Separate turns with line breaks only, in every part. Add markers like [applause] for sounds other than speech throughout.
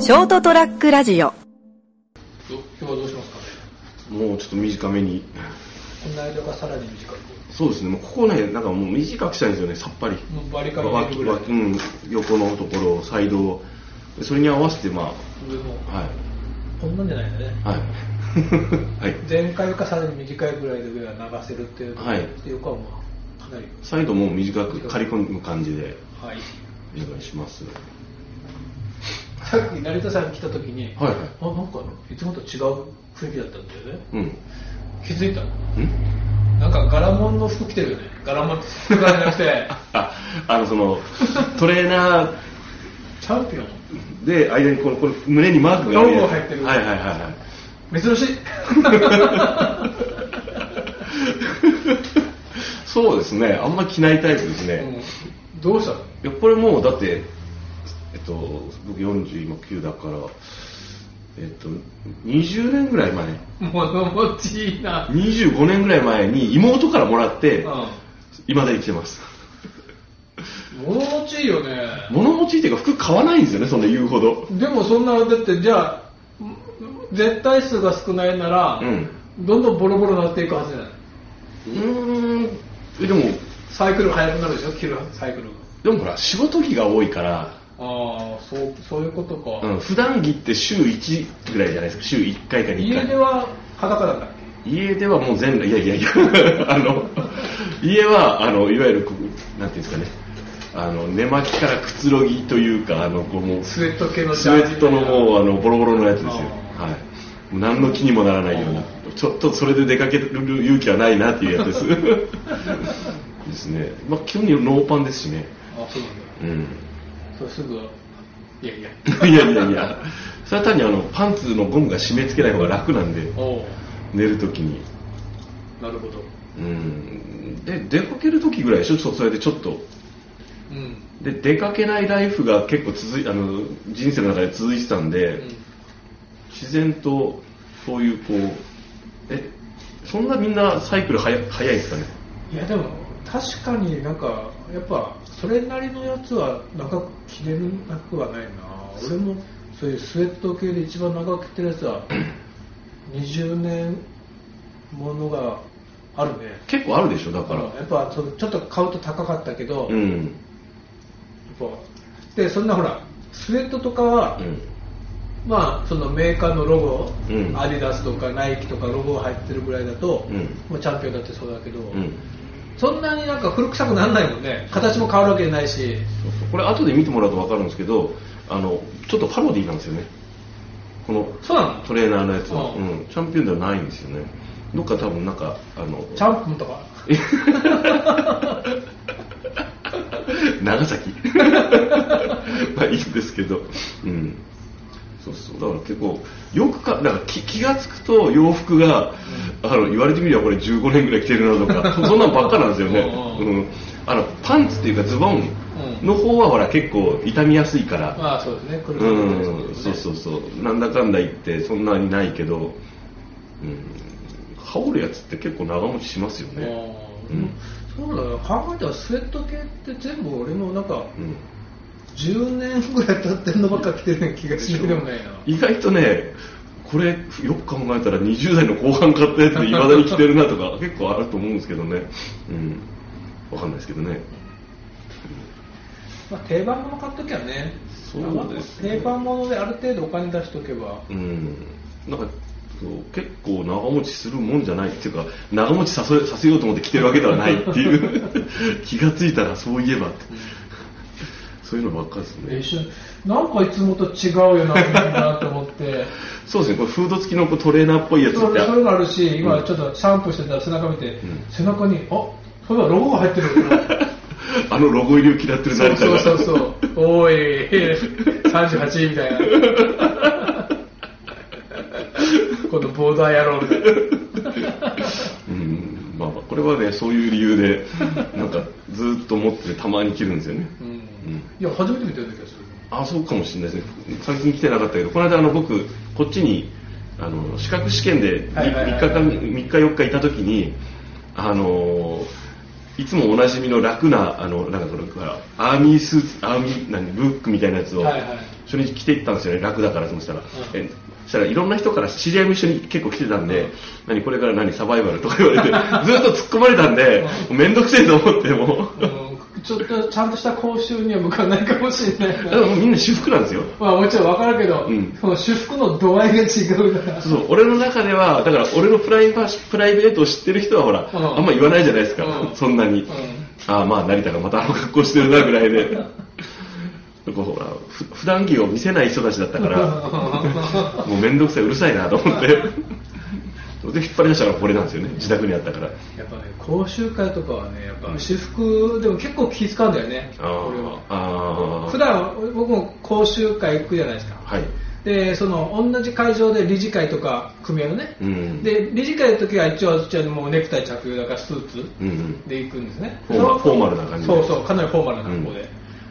ショートトラックラジオ
今日はどうしますかね
もうちょっと短めに。
この間がさらに短く
そうですね、もうここね、なんかもう短くしたいんですよね、さっぱり。
もうバリカン入れ
脇
るぐらい
脇うん、横のところ、サイドを。それに合わせて、ま
でも
あ、はい。
こんなんじゃないんだね
はい。 [laughs] はい。
前回かさらに短いぐらいで上は流せるっていう
はい
横はまあかなり
サイドも短く、刈り込む感じで、
はい
お願いします。
さっき成田さん来た時に、
はいはい
あなんかいつもと違う雰囲気だったんだよね
うん。ん
気づいたのなんか柄物の服着てるよね柄物って服柄じゃなくて
あ、あの、
[laughs]
その、トレーナ
チャンピオン
ーで、間にこの、この胸にマークがあるやつ
ロゴ入ってる
はいはいはいはい。
珍しい
そうですね、あんま着ないタイプですね。
うんどうしたの
いやこれもうだってえっと僕40今9だからえっと20年ぐらい前
[laughs] 物持ちいいな
25年ぐらい前に妹からもらって
う
今だに着てます
ん物持ちいいよね
物持ちっていうか服買わないんですよねそんな言うほど
でもそんなだってじゃあん絶対数が少ないなら、
うん
どんどんボロボロなっていくはずじゃないう
ーんえでも
サイクルが速くなるでしょ切るサイクルが
でもほら仕事着が多いから、
ああそうそういうことか、
うん、普段着って週1ぐらいじゃないですか週1回か2
家
回
では裸なんだっ
家ではもう全裸いやいやいや [laughs] あの家はあのいわゆるこうなんていうんですかねあの寝巻きからくつろぎというかあのこうもう
け
ス
スウェット系
ウ
のジャ
ェ
ージ
ットのもうあのボロボロのやつですよ
あ
はいもう何の気にもならないような
あ
ちょっとそれで出かける勇気はないなっていうやつです [laughs] ですねまあ基本にノーパンですしね
あそうなんだ
うん [laughs]
それすぐいやいや
いやいやいやそれは単にあのパンツのゴムが締め付けない方が楽なんで
おお
寝るときに
なるほど
うんで出かける時ぐらいでしょちょっとそれでちょっと
うん、
で出かけないライフが結構続いあの人生の中で続いてたんで、
うん
自然とそういうこうえそんなみんなサイクル早早いですかね
いやでも確かになんかやっぱそれなりのやつは長く着れなくはないな俺もそういうスウェット系で一番長く着てるやつは20年ものがあるね
結構あるでしょだか
あ
ら
のやっぱそのちょっと買うと高かったけど、
う
やっ
ん
ぱでそんなほらスウェットとかは、
うん
まあそのメーカーのロゴ、
うん
アディダスとかナイキとかロゴが入ってるぐらいだと、
うん
もうチャンピオンだってそうだけど、
うん
そんなになんか古臭くならないもんね形も変わるわけじゃないし
そうそうこれ後で見てもらうと分かるんですけどあのちょっとパロディーなんですよねこの
そうなの
トレーナーのやつは、
う
うんんチャンピオンではないんですよねどっか多分なんかあの
チャンプンとか
[laughs] 長崎まあいいんですけどうんそうそうだから結構よくかだから気気が付くと洋服が、あの言われてみればこれ15年ぐらい着てる
[laughs]
なとかそそんなんばっかなんですよね
う
うん、
うん
あのパンツっていうかズボンの方はほら結構傷みやすいから、
まあそうですね
う
古臭くなりそ
ん
うです
そ
ね
うそうそうなんだかんだ言ってそんなにないけど、うん、羽織るやつって結構長持ちしますよ
あ
ね、
ーそうだよ考えたらスウェット系って全部俺もなんか
うん
10年ぐらい経ってるのばっか着てるような気がしないで [laughs] もないな
意外とねこれよく考えたら20代の後半買ったやつでいまだに着てるな
[laughs]
とか結構あると思うんですけどねうんわかんないですけどね
まあ、定番物買っときゃね
そうですね
定番物である程度お金出しとけば
うんなんかそう結構長持ちするもんじゃないっていうか長持ちさせさせようと思って着てるわけではないっていう
[laughs]
気がついたらそういえばってそういうのばっかりです
一
ね
瞬なんかいつもと違うよなみんなと思って
そうですねこれフード付きのこうトレーナーっぽいやつ
そ
って
れそれがあるし、今
うん
ちょっとシャンプーしてたら背中見て、
ん
背中に、あそうだ、ロゴが入って
[laughs]
る
あのロゴ入りを嫌ってる
そう
成田
そう
が
そうそう、おい、38みたい
[laughs]
な、このボーダー野郎みたいな、
うんまあまあ、これはねそういう理由でなんかずっと持っててたまに着るんですよね、
うん
うん、
いや、初めて見たような気がする、
あそうかもしれないですね最近来てなかったけどこの間あの僕こっちにあの資格試験で
はいはいはいはい
3日間三日4日いた時にあのーいつもおなじみの楽なあのなんかこれほらアーミースーツアーミー何ブックみたいなやつを
はいはい
初日着ていったんですよね楽だからそしたら、えそしたらいろんな人から知り合いも一緒に結構来てたんで、何これから何サバイバルとか言われてずっと突っ込まれたんで、面倒くせえと思ってもう [laughs]
うんちょっとちゃんとした講習には向かないかもしれない
だ
な
からもうみんな私服なんですよ
まあもちろんわかるけど、
うん
その修復の度合いが違う
[laughs]
から。
そう俺の中ではだから俺のプライバシプライベートを知ってる人はほら、
うん
あんま言わないじゃないですか、
うん
そんなに、
うん
ああまあ成田がまたあの格好してるなぐらいでこうほらふ普段着を見せない人たちだったからもう面倒くさいうるさいなと思ってで引っ張り出したのがこれなんですよね自宅にあったから
やっぱね、講習会とかはね、やっぱ私服でも結構気使うんだよね、
あー
俺は。
あー
普段僕も講習会行くじゃないですか。
はい
で、その同じ会場で理事会とか組合のね、
うん
で、理事会の時は一応、私はもうネクタイ着用だからスーツ
うんうん
で行くんですね。
フォーマ
そ
ル
の
フォーマルな感じで
そうそう、かなりフォーマルな格好で。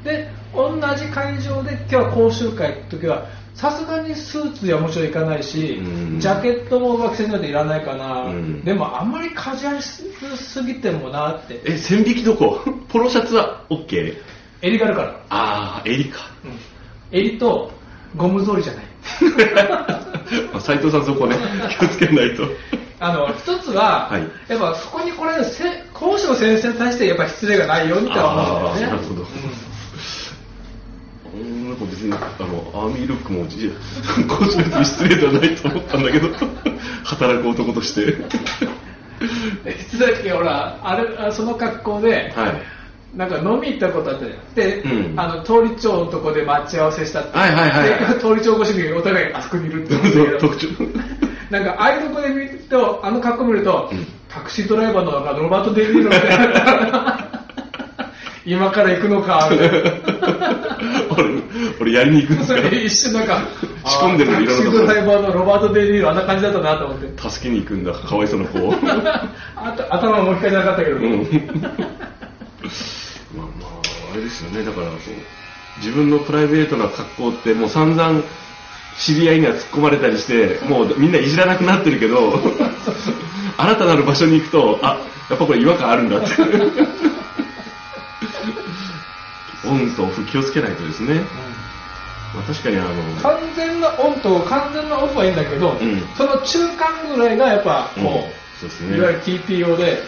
で、同じ会場で今日は講習会の時は、さすがにスーツではもちろんいかないし、
うん
ジャケットも学生によっていらないかな、
うん
でもあんまりカジュアルすぎてもなって、
え線引きどこ [laughs] ポロシャツは OK
襟があるから、
ああ襟か
うん、襟とゴム通りじゃない。
斎藤さんそこね気をつけないと
あの
[laughs]
一つは、
はい
やっぱそこにこれせ講師の先生に対してやっぱ失礼がないようにとは思うんだよね。
あーなるほどうんなんか別にあのアーミールックもじこうし別に失礼ではないと思ったんだけど [laughs] 働く男として
うん失礼だけどほらあれあその格好で、
はい
なんか飲み行ったことあったじゃん。で、
うん
あの、通り町のとこで待ち合わせしたって。
はいはいはい
で通り町越しにお互いあそこにいるって
[laughs] そ
思うんだ
う
けど
[laughs] 特徴
なんか、ああいうとこで見ると、あの格好見ると、
うん
タクシードライバーのなんかロバート・デ・ニーロみたいな。今から行くのか、みたいな。
俺俺やりに行くんですか
一瞬なんか、
仕込んでる
あ
の
ー
い
タ
ろ
ク
ん
シー
なとこ
ドライバーのロバート・デ・ニーロ、あんな感じだったなと思って。
ら助けに行くんだかわいそうな子をうん
あと頭もう一回なかったけど、
まあまああれですよねだからこう自分のプライベートな格好ってもう散々知り合いには突っ込まれたり [laughs] してもうみんないじらなくなってるけど新たなる場所に行くとあやっぱこれ違和感あるんだ [laughs] ってオンとオフ気をつけないとですね、まあ、確かにあの
完全なオンと完全なオフはいいんだけど、
ん
その中間ぐらいがやっぱこう、
うんそうですね
いわゆる TPO で、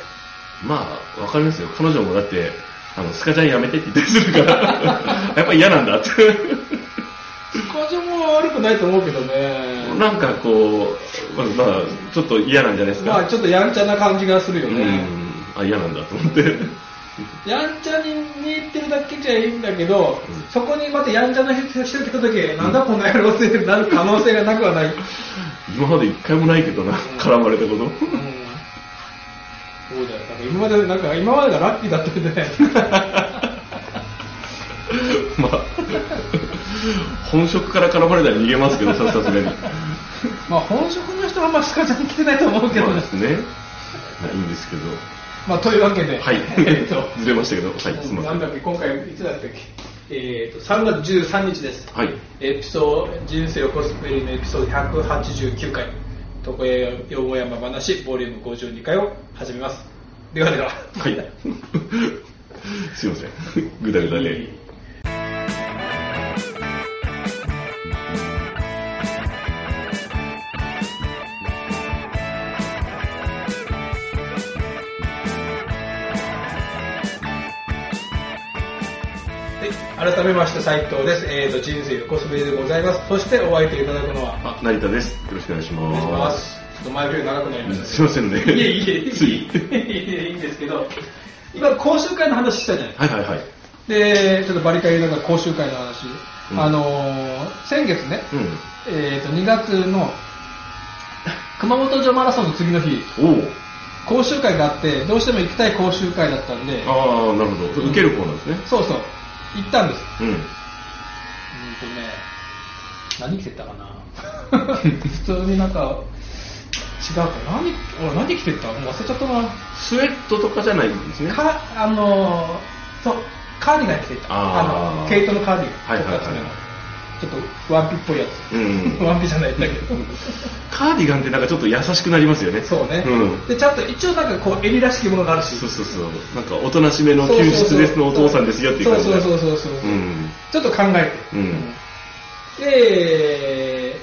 まあ、わかりますよ。彼女もだって、あの、スカジャンやめてって言ったりする [laughs] から、やっぱり嫌なんだって。
彼女も悪くないと思うけどね、
なんかこう、まあ、まあちょっと嫌なんじゃないですか。
まあちょっとやんちゃな感じがするよ
う
ね、
ん、あ、嫌なんだと思って。 [laughs]
やんちゃに似てるだけじゃいいんだけど、
うん
そこにまたやんちゃな人が来た時、なんだこんな野郎ってなる可能性がなくはない、うん、
今まで一回もないけどな、絡まれたこと。 [laughs]
そうだよ、なんか今までなんか今までがラッキーだったんじゃない
[laughs] まあ、本職から絡まれたら逃げますけど、ささすがに。
まあ本職の人はあんまスカジャン着てないと思うけど
まあ
ね
ですね。まあいいんですけど。
まあというわけで、
はい
えっと。
ずれましたけど、はい、すみ
な
ませ
ん
ん。
だっけ、今回、いつだったっけ、えー、と3月13日です、
はい。
エピソード人生横滑りのエピソード189回、床屋よもやま話、ボリューム52回を始めます。ではでは。
はい。 [laughs] すいません。ぐだぐだで。
はい改めまして斉藤です。えー、と人生横滑りでございます。そしてお相手いただくのは、
あ、成田です。よろしくお願いし
お願いしま
ますす。。
ちょっと前振り長くなりましたね
すいませんね。
いえいえ、い
つい。
えいいんですけど、今、講習会の話したじゃない
はいはいはい。
で、ちょっとバリカリだから講習会の話、
うん
あのー先月ね、
う
えー、と2月の熊本城マラソンの次の日、
ん。おお。
講習会があって、どうしても行きたい講習会だったんで、
ああ、なるほど。受ける方なんですね。
そうそう、行ったんです。
うん。
うんとね、何着てったかな [laughs] 普通になんか、違うか、何、俺何着てったもう忘れちゃったな。
スウェットとかじゃないんですね。は
かあのーそうカーディガン着てた
あー
の毛糸のカーディガン
いはいは
ちょっとワンピっぽいや
い。うん
つ、。 [laughs] ワンピじゃないんだけど
カーディガンってなんかちょっと優しくなりますよね。
そうね、
うん。
でちゃんと一応なんかこう襟らしきものがあるし
そうそうそう。なんかおとなしめの休日ですのお父さんですよっていう感じ
そう
で。
そうそうそうそう、
うん。
ちょっと考えて、
うん
で、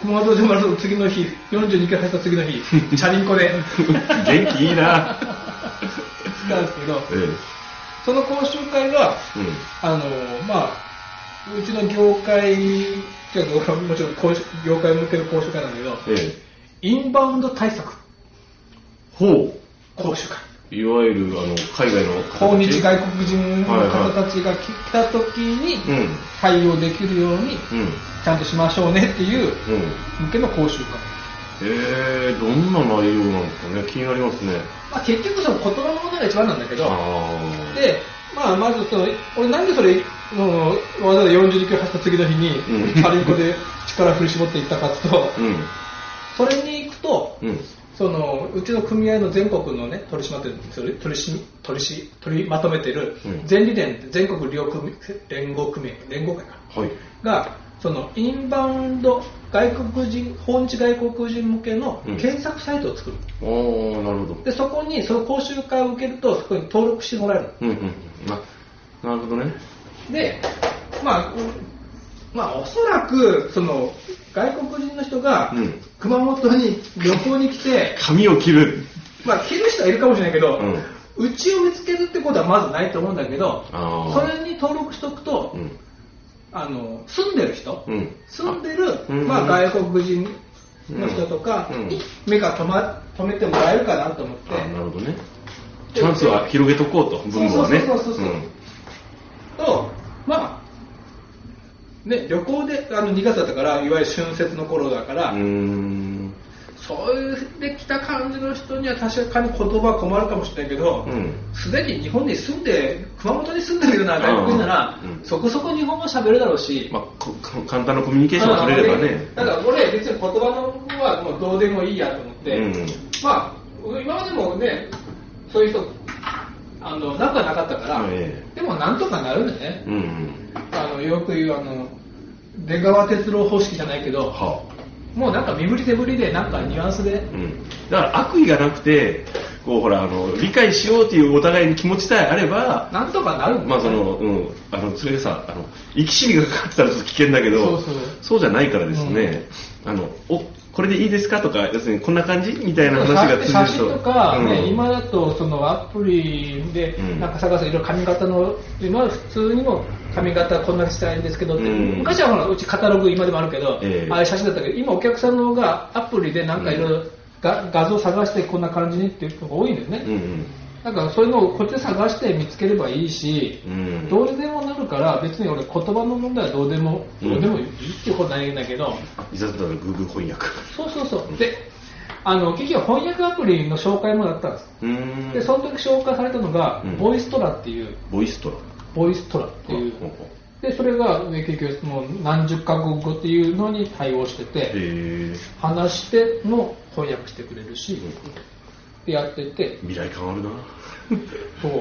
熊本で生まれた次の日、42回走った次の日、チャリンコで
元気いいな。
来たんですけど、
ええ。
その講習会が、
うん。
あのまあ、うちの業界、ちょっともちろん講習業界向けの講習会なんだけど、
ええ。
インバウンド対策
ほう。
講習会。
いわゆる、あの、海外の方
訪
たち
日外国人の方たちが来来た時
うん。
に対応できるように
うん。
ちゃんとしましょうねっていう
うん。
向けの講習会、
えー、どんな内容なんですかね。気になりますね。
まあ、結局その言葉の問題が一番なんだけど
ああ。
で、まあ、まずその俺なんでそれもうわざわざ42キロ走った次の日に
うん
チャリンコで力振り絞っていったかっていうと
うん。
それに行くと
うん。
そのうちの組合の全国のね取り締まってる取り取りし取りし取りまとめてる
うん
全理連って全国利用組連合組合連合会かな
はい。
がそのインバウンド外国人訪日外国人向けの
うん
検索サイトを作る、
ああ、なるほど。
でそこにその講習会を受けるとそこに登録してもらえる
うんうんうん。あ、なるほどね。
でまあ、うんまあおそらくその外国人の人が
うん
熊本に旅行に来て、
髪を切る。
まあ来る人はいるかもしれないけど、
うん
うちを見つけるってことはまずないと思うんだけど
あ
そ
あ。
れに登録しておくと、
うん。
あの住んでる人、
うん。
住んでる、
うん
まあ、外国人の人とか
うん
に目が止,、ま、止めてもらえるかなと思って
あ、なるほどね。チャンスは広げとこうと、分母はね。
そうそうそうそうそうと、まあね、旅行であの2月だったからいわゆる春節の頃だから、
うん。うーん。
そういうで来た感じの人には確かに言葉は困るかもしれないけど、
うん。
すでに日本に住んで熊本に住んでるような外国人なら、
うんうん
そこそこ日本語喋るだろうし、
まあ、こか簡単なコミュニケーションが取れればね。
だから俺別に言葉の方はもうどうでもいいやと思って、
うんうん
まあ今までもねそういう人あのなくはなかったから、
え
でもなんとかなるんでね
うんうん。
あのよく言うあの出川哲郎方式じゃないけど
はあ。
もうなんか身振り手振りでなんかニュアンスで
うんだから悪意がなくて、こうほら、あの、理解しようというお互いに気持ちさえあれば、
なんとかなるんだ
まあその、うん、あの、それがさ、あの、生き死にがかかってたらちょっと危険だけど、
そうそう
じゃないからですね、あの、お、これでいいですかとか、要するにこんな感じみたいな話が通じると。
写真とか、ね
うん
今だとそのアプリで
うん
なんか探すいろいろ髪型の今は普通にも髪型こんなしたいんですけどって、
うん
昔はほらうちカタログ今でもあるけど、
ええ
ああいう写真だったけど今お客さんの方がアプリでなんかいろいろが画像探してこんな感じにっていう人が多いんだよね、
うんうん。
なんかそういうのをこっちで探して見つければいいし、
うん
どうでもなるから別に俺言葉の問題はどうでも、
うん
どうでもいいっていうことないんだけど、
いざだったら Google 翻訳。
そうそうそう。で、あの、結局翻訳アプリの紹介もだったんです。
うーん。
で、その時紹介されたのが、
うん
ボイストラっていう、
ボイストラ。
ボイストラっていう。
ほうほう
で、それが、ね、結局もう何十カ国語っていうのに対応して
へ
て、
え
話しての翻訳してくれるし、でやってて、
未来感あるな。
そう。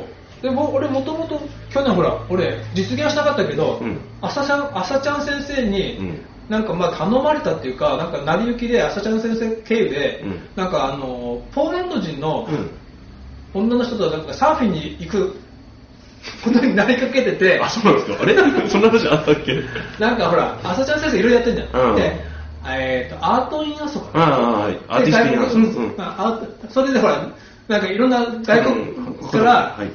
でも俺もともと去年ほら俺実現はしなかったけど、
うん
朝ちゃん朝ちゃん先生に、
うん
なんかまあ頼まれたっていうかなんか成り行きで朝ちゃん先生経由で、
うん
なんかあのポーランド人の
うん。
女の人となんかサーフィンに行くことになりかけてて
あ、そうなんですか。あれそんな話あったっけ
なんかほら朝ちゃん先生いろいろやってんじゃん、
うん
でえー、とアートイン遊
ああ、はい。アーティスティッ
で外
クな
国うんああそれでほら、なんかいろんな外国から、
はい、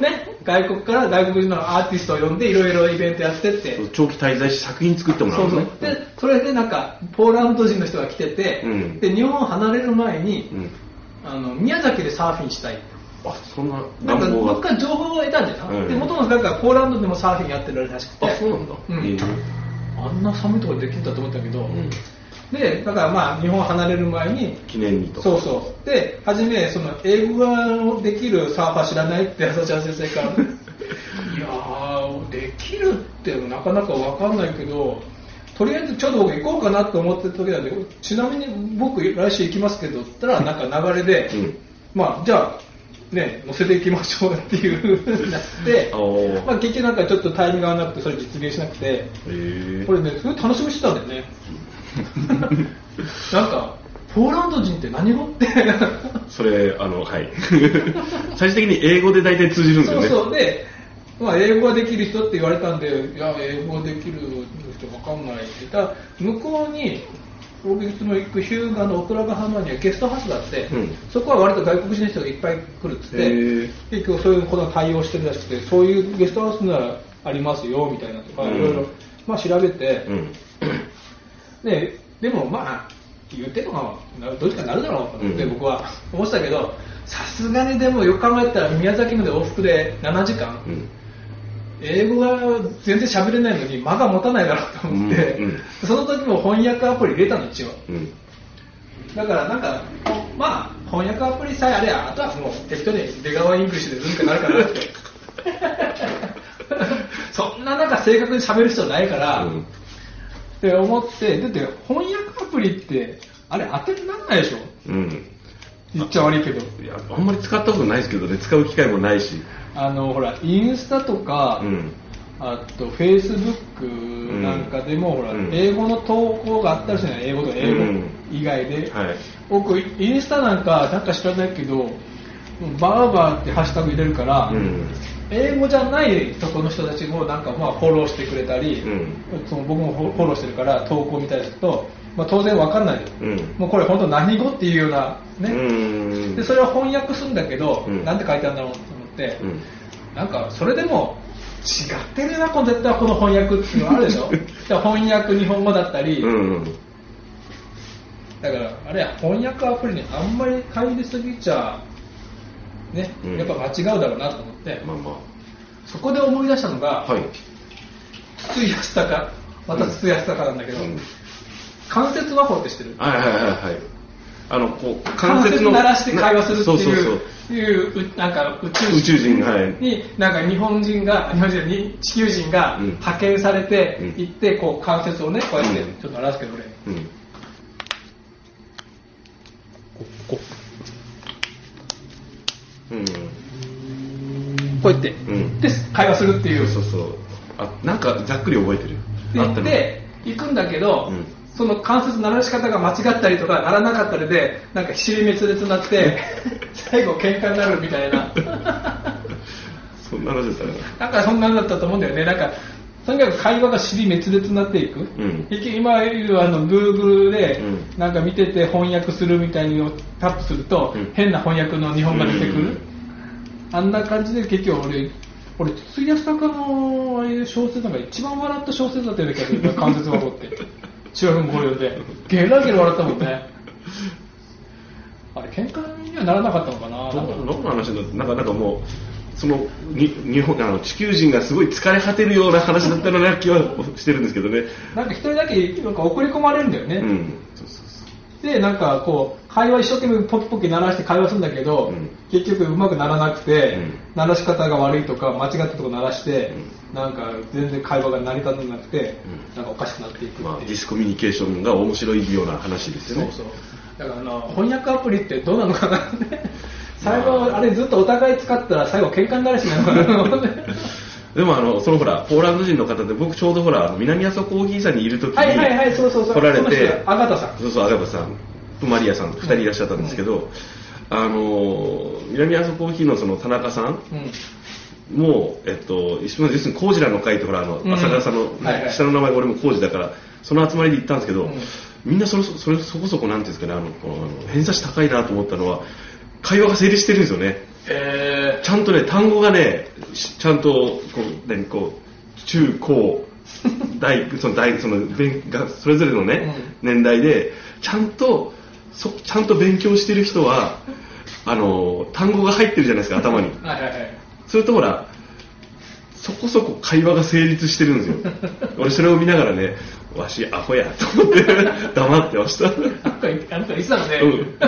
ね、外国から外国人のアーティストを呼んでいろいろイベントやってって、
そう長期滞在し作品作ってもら
そううんそ
です
う
ね。
でそれでなんかポーランド人の人が来てて、
うん
で日本を離れる前に、
うん
あの宮崎でサーフィンしたい
あ、そんな
なんか
願望
どっ
が。
か情報を得たんじゃない、
うん
で元々なんかポーランドでもサーフィンやってるらしくて
あ、そうなんだ。
うん
へえ
あんな寒いところでできるんだと思ったけど、
うん
でだからまあ日本を離れる前に
記念にと。
そうそう。で、はじめ、その、英語ができるサーファー知らないって、朝ちゃん先生
[laughs]
から。いやー、できるってなかなかわかんないけど、とりあえずちょっと僕行こうかなと思ってた時なんで、ちなみに僕来週行きますけど、って言ったら、なんか流れで、
うん
まあ、じゃあ、ね、乗せていきましょうっていうふうになって
おー、
まあ、結局なんかちょっとタイミングが合わなくて、それ実現しなくて、
へえ
これね、すごい楽しみにしてたんだよ
[laughs]
ね。なんか、ポーランド人って何語って。
[laughs] それ、あの、はい。最終的に英語で大体通じるん
そ
だよ
う
ね。
そう。で、まあ、英語ができる人って言われたんで、いや、英語ができる人わかんないって言ったら、向こうに、僕いつも行く日向のオクラヶ浜にはゲストハウスがあって、
うん
そこは割と外国人の人がいっぱい来るっつって
へー、
結局そういうことの対応してるらしくて、そういうゲストハウスならありますよ、みたいなとか、
うん
いろいろ、まあ調べて、
うん
ででもまあ言ってもなどうにかなるだろうと思って
うん
僕は思ってたけどさすがにでもよく考えたら宮崎まで往復で7時間、
うん
英語が全然喋れないのに間が持たないだろうと思って、
うんうん
その時も翻訳アプリ入れたの一応
うん
だからなんかまあ翻訳アプリさえあればあとはもう適当に出川イングリッシュでどうにかなるか
[laughs]
なってそんななんか正確に喋る必要ないから、
うん
って思って、だって翻訳アプリって、あれ当てにならないでしょ
うん
言っちゃ悪いけど。
いやあんまり使ったことないですけどね使う機会もないし
あの、ほら、インスタとか、
うん
あと、フェイスブックなんかでも、ほら、
うん
英語の投稿があったりするじゃない英語と英
う
語
ん
以外で。
はい
僕、インスタなんか、なんか知らないけど、バーバーってハッシュタグ入れるから、
うん
英語じゃないとこの人たちもなんかまあフォローしてくれたり、
うん
その僕もフォローしてるから投稿見たりすると、まあ、当然わかんないよ、
うん
もうこれ本当何語っていうような
う
ね、
ん
でそれを翻訳するんだけど、
うん
なんて書いてあるんだろうと思って、
うん
なんかそれでも違ってるなこの絶対この翻訳っていうのあるでし
[laughs]
ょだから翻訳日本語だったり、
うん
だからあれや翻訳アプリにあんまり入りすぎちゃね、
うん
やっぱ間違うだろうなと思って、
まあま
そこで思い出したのが、
あはい
筒井康隆また筒井康隆なんだけど、
うん
関節和法って知ってる
はいはいはいはいあのこう
関節
の
鳴らして会話するって
そうそう
い
そう
いううなんか宇宙
う宇
人
宙人はい
になんか日本人が日本人に地球人が
うん
派遣されて
うん
行ってこう関節をねこうやって
うん
ちょっと鳴らすけど俺
うん
こ
うん
うこうやって、
ん
で会話するっていう
そうそうそうあなんかざっくり覚えてる
で
あ
行
った
っ
の
て行くんだけど、
うん
その関節鳴らし方が間違ったりとか鳴らなかったりでなんか尻滅裂になって
[laughs]
最後喧嘩になるみたいな
そんな話でしたね
なんかそんなんだったと思うんだよねなんかとにかく会話が尻滅裂になっていく、
ん
いき今いるあの Google で
うん
なんか見てて翻訳するみたいのをタップすると、
うん
変な翻訳の日本が出てくる、
うん
あんな感じで結局俺俺筒井康隆のああいう小説なんか一番笑った小説だったような気がする関節が起
[laughs]
って中学の頃読んでゲラゲラ笑ったもんねあれ喧嘩にはならなかったのかな
ど
なんか
うどうの話だってなんかなんかもうそのに日本あの地球人がすごい疲れ果てるような話だったような気はしてるんですけどね
なんか一人だけなんか送り込まれるんだよね、
うんそうそうそう
でなんかこう会話一生懸命ポキポキ鳴らして会話するんだけど、
うん
結局うまくならなくて、
うん
鳴らし方が悪いとか間違ったとこ鳴らして、
う
なんか全然会話が成り立たなくて、なんかおかしくなっていくっていう、
まあ、ディスコミュニケーションが面白いような話ですよ
そう
ね。
そうだからあの翻訳アプリってどうなのかなって
[laughs]
最後あれずっとお互い使ったら最後喧嘩になる
[laughs]
しなのかな
でもあの、そのほら、ポーランド人の方で、僕ちょうどほら、あの南阿蘇コーヒーさんにいるときに、
はいはいはいそうそうそう
来られて
その人アガタさん
そうそう、アガタさん、プマリアさんと2人いらっしゃったんですけど、あの、南阿蘇コーヒーのその田中さん
うん
も、えっと、一緒に要するに工事らの会とほら、あの、
うん
朝倉さんの、
はいはい
下の名前が俺も工事だから、その集まりで行ったんですけど、
うん
みんなそれ、それそこそこなんていうんですかね、あの、このあの偏差値高いなと思ったのは、会話が成立してるんですよね。
え
ちゃんとね、単語がね、しちゃんと、こう、何、こう、中高、大、その大、その、勉が、それぞれのね、年代で、ちゃんと、そ、ちゃんと勉強してる人は、あの、単語が入ってるじゃないですか、頭に。
ー、はいはいはい
それとほら、そこそこ会話が成立してるんですよ。俺それを見ながらね、わし、アホや、と思って、黙ってました。
なんかあの人いつだろうね、
うん、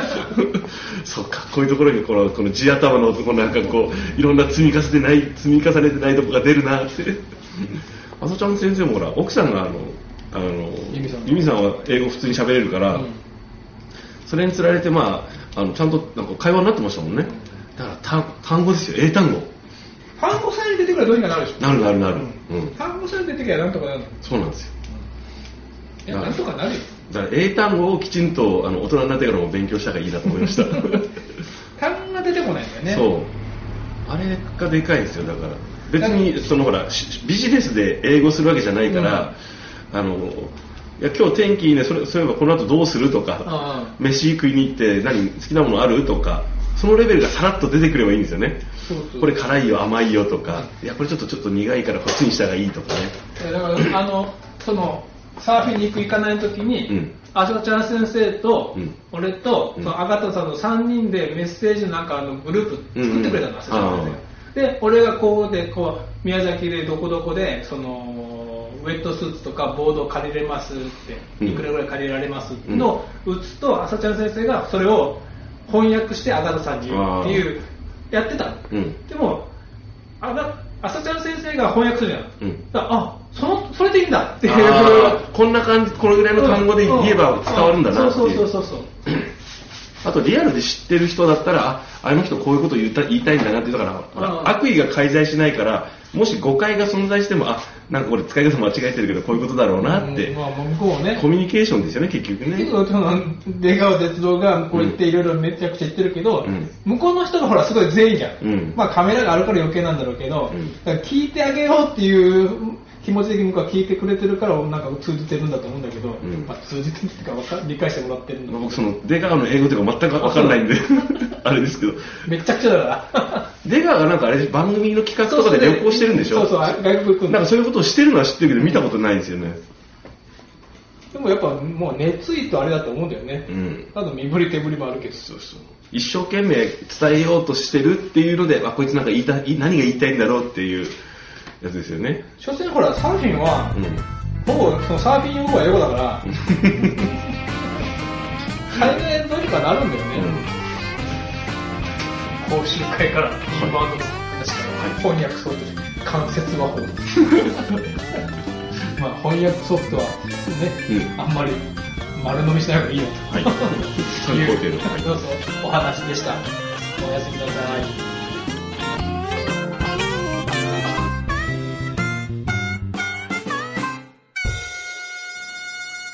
[laughs] そうかこういうところにこのこの地頭の男なんかこういろんな積み重ねてない積み重ねてないとこが出るなってあそちゃん先生もほら奥さんがあのあの
由美さん
由美さんは英語普通に喋れるから、
うん
それにつられてまああのちゃんとなんか会話になってましたもんねだから単単語ですよ英単語
単語さえ出てくればどうにかなるでしょ
なるなるなる、うん
単語さえ出てきゃなんとかなるの
そうなんですよ
いやなんとかなるよ
だから英単語をきちんとあの大人になってからも勉強した方がいいなと思いました
単語が出てこないんだよね
そうあれがでかいですよだから別にそのほらしビジネスで英語するわけじゃないから、あのいや今日天気いいねそれそういえばこの後どうするとか
ああ
飯食いに行って何好きなものあるとかそのレベルがさらっと出てくればいいんですよね
そうそう
これ辛いよ甘いよとかいやこれちょっとちょっと苦いからこっちにした方がいいとかね
[laughs] えだからあのそのサーフィンに行く行かない時に、
うん
あそちゃん先生と、
うん
俺と、
うん
そのあがたさんの3人でメッセージのなんかあのグループ作ってくれたの、
うん
朝ちゃん先生で俺がこうでこう宮崎でどこどこでそのウェットスーツとかボードを借りれますって、
うん
いくらぐらい借りられますの打つと朝ちゃん先生がそれを翻訳してあがたさんに言うっていうやってたの
うん
でも、あが、朝ちゃん先生が翻訳するじゃん。
うん
だからあ、その、それでいいんだっていう。
あーこんな感じこれぐらいの単語で言えば伝わるんだなって
そう
い
そう
う
そうそう。
あとリアルで知ってる人だったら、あ、あの人こういうこと言った言いたいんだなってだから、ほら
うん
悪意が介在しないから、もし誤解が存在しても、あ、なんかこれ使い方間違えてるけど、こういうことだろうなって、
うんまあ、もう向こうはね
コ。ミュニケーションですよね、結局
結
ね。
構、その、出川哲郎がこう言っていろいろめちゃくちゃ言ってるけど、
うん
向こうの人がほら、すごい善意じゃん。
うん
まあ、カメラがあるから余計なんだろうけど、
うん
だから聞いてあげようっていう気持ちで向こうは聞いてくれてるから、なんか通じてるんだと思うんだけど、
ん
まあ、通じてるっていうかわか、理解してもらってるんだ
僕、その、出川の英語とか全くわかんないんで、
[laughs]
あれですけど、
めちゃくちゃだな。
出川がなんかあれ、番組の企画とかで旅行してるんでしょ
そうそう、あ外国行くん
なん
だ
か。そういうことをしてるのは知ってるけど、見たことないんですよね。
でもやっぱもう熱意とあれだと思うんだよね
う。ん。
ただ身振り手振りもあるけど。そうそう。
一生懸命伝えようとしてるっていうので、あ、こいつなんか言いたい、何が言いたいんだろうっていうやつですよね。
所詮ほら、サーフィンは
う、ん。
ほぼそのサーフィン用語は英語だ
[laughs]
から、最大どうにかなるんだよね。講習会から、今の話から、翻訳ソフト、関節
[laughs]
和法。まあ翻訳ソフトはね、
う
あんまり丸飲みしない方がいいよ [laughs]
はい
と。
参考程度はい
どうぞ、お話でした。おやすみなさい。